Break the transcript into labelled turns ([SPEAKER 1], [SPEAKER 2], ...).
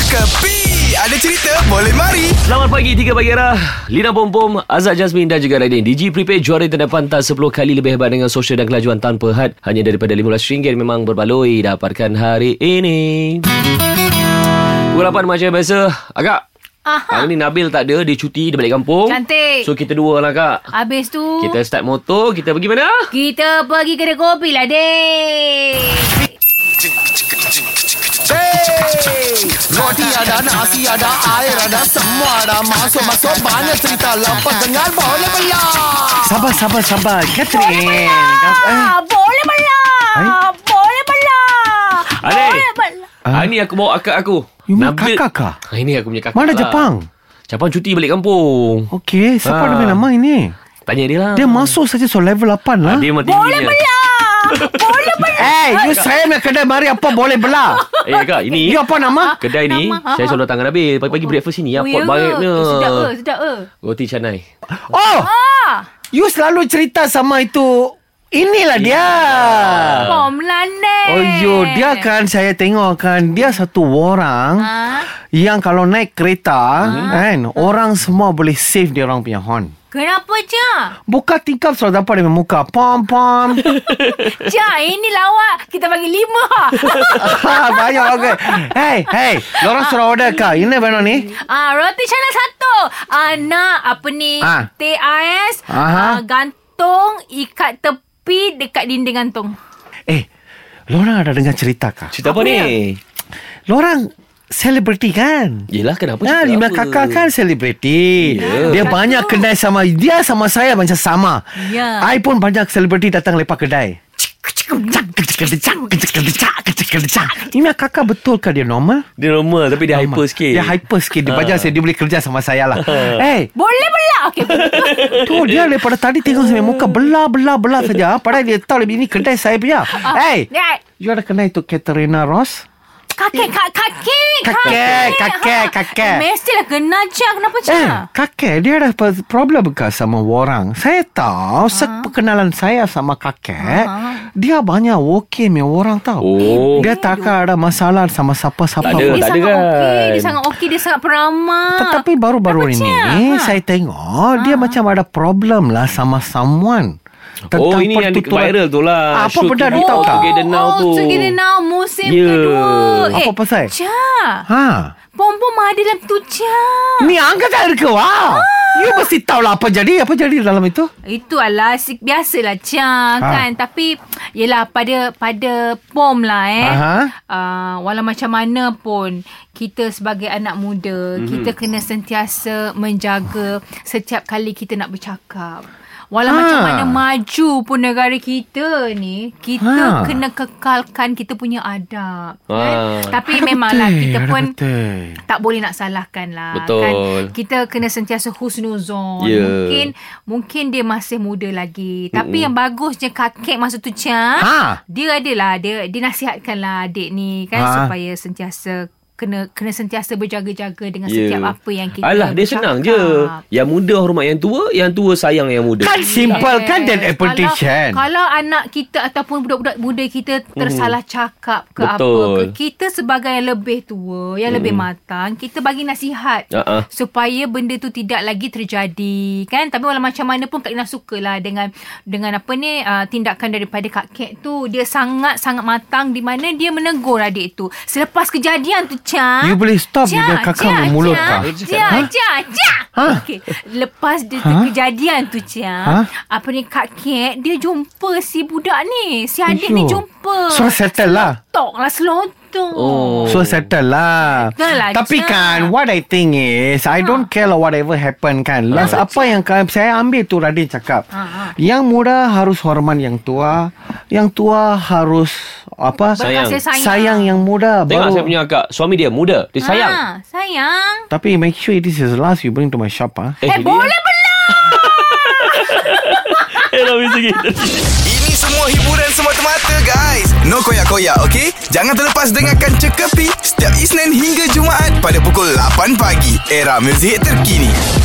[SPEAKER 1] Kepi Ada cerita boleh mari
[SPEAKER 2] Selamat pagi, 3 pagi era Lina Bom Bom, Azad Jasmine dan juga Radin DJ Prepaid juara tanda pantas 10 kali lebih hebat dengan sosial dan kelajuan tanpa had Hanya daripada RM15 memang berbaloi dapatkan hari ini Pukul 8 macam biasa Agak
[SPEAKER 3] Aha.
[SPEAKER 2] Hari ni Nabil tak ada, dia cuti, dia balik kampung
[SPEAKER 3] Ha. Cantik.
[SPEAKER 2] So kita dua lah kak
[SPEAKER 3] Habis tu
[SPEAKER 2] Kita
[SPEAKER 3] kita,
[SPEAKER 2] start motor, kita pergi mana?
[SPEAKER 3] kita pergi kedai kopi lah dek.
[SPEAKER 4] Roti ada, nasi ada, air ada, semua ada Masuk-masuk banyak cerita lah Pendengar boleh belah
[SPEAKER 5] Sabar, sabar, sabar. Catherine.
[SPEAKER 3] Ah, boleh belah. Boleh belah.
[SPEAKER 2] Adik.
[SPEAKER 3] Boleh belah.
[SPEAKER 2] Hari ni aku bawa akak aku
[SPEAKER 5] Ah. You mean kakak kah?
[SPEAKER 2] Hari ni aku punya kakak
[SPEAKER 5] Mana
[SPEAKER 2] lah.
[SPEAKER 5] Jepang?
[SPEAKER 2] Jepang cuti balik kampung
[SPEAKER 5] Okey, siapa
[SPEAKER 2] Ah.
[SPEAKER 5] dengan nama ini?
[SPEAKER 2] Tanya dia lah Ah,
[SPEAKER 5] Dia masuk saja so level 8 lah.
[SPEAKER 2] Dia memang
[SPEAKER 3] Boleh
[SPEAKER 2] tingginya.
[SPEAKER 3] belah. Boleh belah.
[SPEAKER 5] Eh, you saya nak kedai mari apa boleh belah.
[SPEAKER 2] Eh kak, ini
[SPEAKER 5] You Ya, apa nama?
[SPEAKER 2] Kedai ni
[SPEAKER 3] Nama,
[SPEAKER 2] Saya
[SPEAKER 3] ha,
[SPEAKER 2] selalu datang dengan Nabil Pagi-pagi breakfast ni Apa
[SPEAKER 3] Oh, ya ke?
[SPEAKER 2] baiknya
[SPEAKER 3] Sedap ke? Sedap ke?
[SPEAKER 2] Roti canai
[SPEAKER 5] Oh,
[SPEAKER 3] Ah,
[SPEAKER 5] you selalu cerita sama itu. Inilah dia.
[SPEAKER 3] bom lah nek.
[SPEAKER 5] Oh, yo, dia kan saya tengok kan dia satu orang
[SPEAKER 3] Ah,
[SPEAKER 5] yang kalau naik kereta kan orang semua boleh save dia orang punya horn.
[SPEAKER 3] kenapa Cak?
[SPEAKER 5] Buka tingkap sudah dapat dia punya muka. Pom pom.
[SPEAKER 3] Cak, ini lawak. Kita bagi lima.
[SPEAKER 5] Ah, Banyak okey. Hey, hey. Lorang suruh order kau. Ini mana ni?
[SPEAKER 3] ah, roti canai satu. Ah, nak apa ni?
[SPEAKER 5] Ah.
[SPEAKER 3] TAS.
[SPEAKER 5] Aha.
[SPEAKER 3] Ah, gantung ikat tepi dekat dinding gantung.
[SPEAKER 5] Eh, lorang ada dengar cerita kah?
[SPEAKER 2] Cerita apa, ni?
[SPEAKER 5] Lorang selebriti kan?
[SPEAKER 2] Yelah kenapa
[SPEAKER 5] Nah, lima kakak kan selebriti.
[SPEAKER 2] Ya.
[SPEAKER 5] Dia banyak kedai sama dia sama saya macam sama.
[SPEAKER 3] Ya.
[SPEAKER 5] I pun banyak selebriti datang lepak kedai. Cak, kecak, kecak, kecak, kecak, kecak, kecak. Ini kakak betul ke dia normal?
[SPEAKER 2] Dia normal Tapi dia hyper sikit Ah.
[SPEAKER 5] Dia hyper sikit. Dia banyak saya dia boleh kerja sama saya lah. Eh,
[SPEAKER 3] Boleh pula. Okey.
[SPEAKER 5] Tu dia daripada tadi tengok saya muka belah belah belah saja. Ah, Padahal dia tahu lebih ni kedai saya punya.
[SPEAKER 2] Ah,
[SPEAKER 3] Ah,
[SPEAKER 5] Hey,
[SPEAKER 3] Right.
[SPEAKER 5] you ada kenal itu Katerina Ross?
[SPEAKER 3] Kakek, kak, kakek, Ah,
[SPEAKER 5] Kakek, kakek, kakek.
[SPEAKER 3] Mestilah kenal Cak. Kenapa Cak?
[SPEAKER 5] Eh, kakek dia ada pe- problem ke sama orang? Saya
[SPEAKER 2] Ah.
[SPEAKER 5] tahu, seperkenalan saya sama kakek, dia banyak okey dengan orang tahu.
[SPEAKER 2] Oh
[SPEAKER 5] Dia takkan ada masalah sama siapa-siapa.
[SPEAKER 2] Tak ada, Ah.
[SPEAKER 3] dia
[SPEAKER 2] tak ada
[SPEAKER 3] sangat
[SPEAKER 2] kan?
[SPEAKER 3] okey, dia sangat okey, dia sangat peramah.
[SPEAKER 5] Tetapi baru-baru
[SPEAKER 3] Kenapa,
[SPEAKER 5] ini
[SPEAKER 2] Ah,
[SPEAKER 3] Cak? Ha.
[SPEAKER 5] saya tengok dia macam ada problem lah sama someone.
[SPEAKER 2] Oh ini yang di-
[SPEAKER 5] pertuturan-
[SPEAKER 2] viral tu lah
[SPEAKER 5] Apa benda
[SPEAKER 2] Shoot
[SPEAKER 5] dia tahu
[SPEAKER 2] All
[SPEAKER 5] tak?
[SPEAKER 2] Together now
[SPEAKER 3] oh,
[SPEAKER 2] tu
[SPEAKER 3] Together Now musim
[SPEAKER 2] Ya.
[SPEAKER 3] kedua.
[SPEAKER 5] Apa pasal?
[SPEAKER 3] Cak,
[SPEAKER 5] Ha.
[SPEAKER 3] pom-pom ada dalam tu Cak.
[SPEAKER 5] Ni angkat tak ada ke?
[SPEAKER 3] Ah.
[SPEAKER 5] Wah. You mesti tahu lah apa jadi. Apa jadi dalam itu?
[SPEAKER 3] Itu adalah biasalah Cak
[SPEAKER 5] Ha.
[SPEAKER 3] kan. Tapi yelah pada pada pom lah eh.
[SPEAKER 5] Aha.
[SPEAKER 3] Uh, walau macam mana pun kita sebagai anak muda,
[SPEAKER 5] Mhm.
[SPEAKER 3] mm-hmm. kita kena sentiasa menjaga setiap kali kita nak bercakap. Walau
[SPEAKER 5] Ha.
[SPEAKER 3] macam mana maju pun negara kita ni, kita
[SPEAKER 5] Ha.
[SPEAKER 3] kena kekalkan kita punya adab. Kan?
[SPEAKER 2] Ha.
[SPEAKER 3] Tapi memanglah
[SPEAKER 5] betul,
[SPEAKER 3] kita
[SPEAKER 5] ada
[SPEAKER 3] pun
[SPEAKER 5] betul.
[SPEAKER 3] tak boleh nak salahkan lah
[SPEAKER 2] Betul.
[SPEAKER 3] kan kita kena sentiasa husnuzon
[SPEAKER 2] Ya.
[SPEAKER 3] mungkin mungkin dia masih muda lagi tapi yang bagusnya kakek masa tu Cak
[SPEAKER 5] Ha.
[SPEAKER 3] dia adalah dia dia nasihatkan lah adik ni kan
[SPEAKER 2] Ah.
[SPEAKER 5] Ha.
[SPEAKER 3] supaya sentiasa kena kena sentiasa berjaga-jaga dengan
[SPEAKER 2] Ya.
[SPEAKER 3] setiap apa yang kita
[SPEAKER 2] Alah dia senang je
[SPEAKER 3] bercakap.
[SPEAKER 2] Yang muda hormat yang tua Yang tua sayang yang muda
[SPEAKER 5] Kan simple kan that application.
[SPEAKER 3] Kalau, kalau anak kita ataupun budak-budak muda kita
[SPEAKER 5] Mhm.
[SPEAKER 3] tersalah cakap ke
[SPEAKER 2] Betul.
[SPEAKER 3] apa ke, kita sebagai yang lebih tua,
[SPEAKER 5] Mhm.
[SPEAKER 3] yang lebih matang, kita bagi nasihat
[SPEAKER 5] Uh-uh.
[SPEAKER 2] Ha-ha.
[SPEAKER 3] supaya benda tu tidak lagi terjadi, kan? Tapi walau macam mana pun Kak Ina sukalah dengan dengan apa ni uh, tindakan daripada Kak Kek tu. Dia sangat-sangat matang di mana dia menegur adik tu. Selepas kejadian tu, Cak.
[SPEAKER 5] You boleh stop dengan kakak memulut
[SPEAKER 3] Cak,
[SPEAKER 5] kah?
[SPEAKER 3] Cak,
[SPEAKER 5] Ha?
[SPEAKER 3] Cak, Cak.
[SPEAKER 5] Ha?
[SPEAKER 3] Okey, lepas dia ha? kejadian tu, Cak,
[SPEAKER 5] Ha?
[SPEAKER 3] apa ni Kak Kat, dia jumpa si budak ni. Si adik ni
[SPEAKER 5] Ayuh.
[SPEAKER 3] jumpa.
[SPEAKER 5] Suruh settle lah.
[SPEAKER 3] Tok lah selontok.
[SPEAKER 2] Oh.
[SPEAKER 5] So settle lah
[SPEAKER 3] Betul lah, Ha.
[SPEAKER 5] Tapi
[SPEAKER 3] Cak.
[SPEAKER 5] kan What I think is I don't care lah Whatever happen kan Last apa yang kan, Saya ambil tu Radin cakap
[SPEAKER 3] Ha, ha.
[SPEAKER 5] Yang muda harus hormat yang tua Yang tua harus Apa
[SPEAKER 2] Sayang.
[SPEAKER 3] Berkasih sayang.
[SPEAKER 5] Sayang yang muda
[SPEAKER 2] Tengok
[SPEAKER 5] baru
[SPEAKER 2] saya punya akak Suami dia muda Dia sayang
[SPEAKER 3] Ha, sayang.
[SPEAKER 5] Tapi make sure This is the last You bring to my shop ah.
[SPEAKER 3] Eh,
[SPEAKER 2] dia-
[SPEAKER 3] boleh
[SPEAKER 2] Eh
[SPEAKER 3] lah.
[SPEAKER 2] Nabil sikit
[SPEAKER 1] Ini semua hiburan semata-mata guys No koyak-koyak ok Jangan terlepas dengarkan Cekapi Setiap Isnin hingga Jumaat Pada pukul 8 pagi Era muzik terkini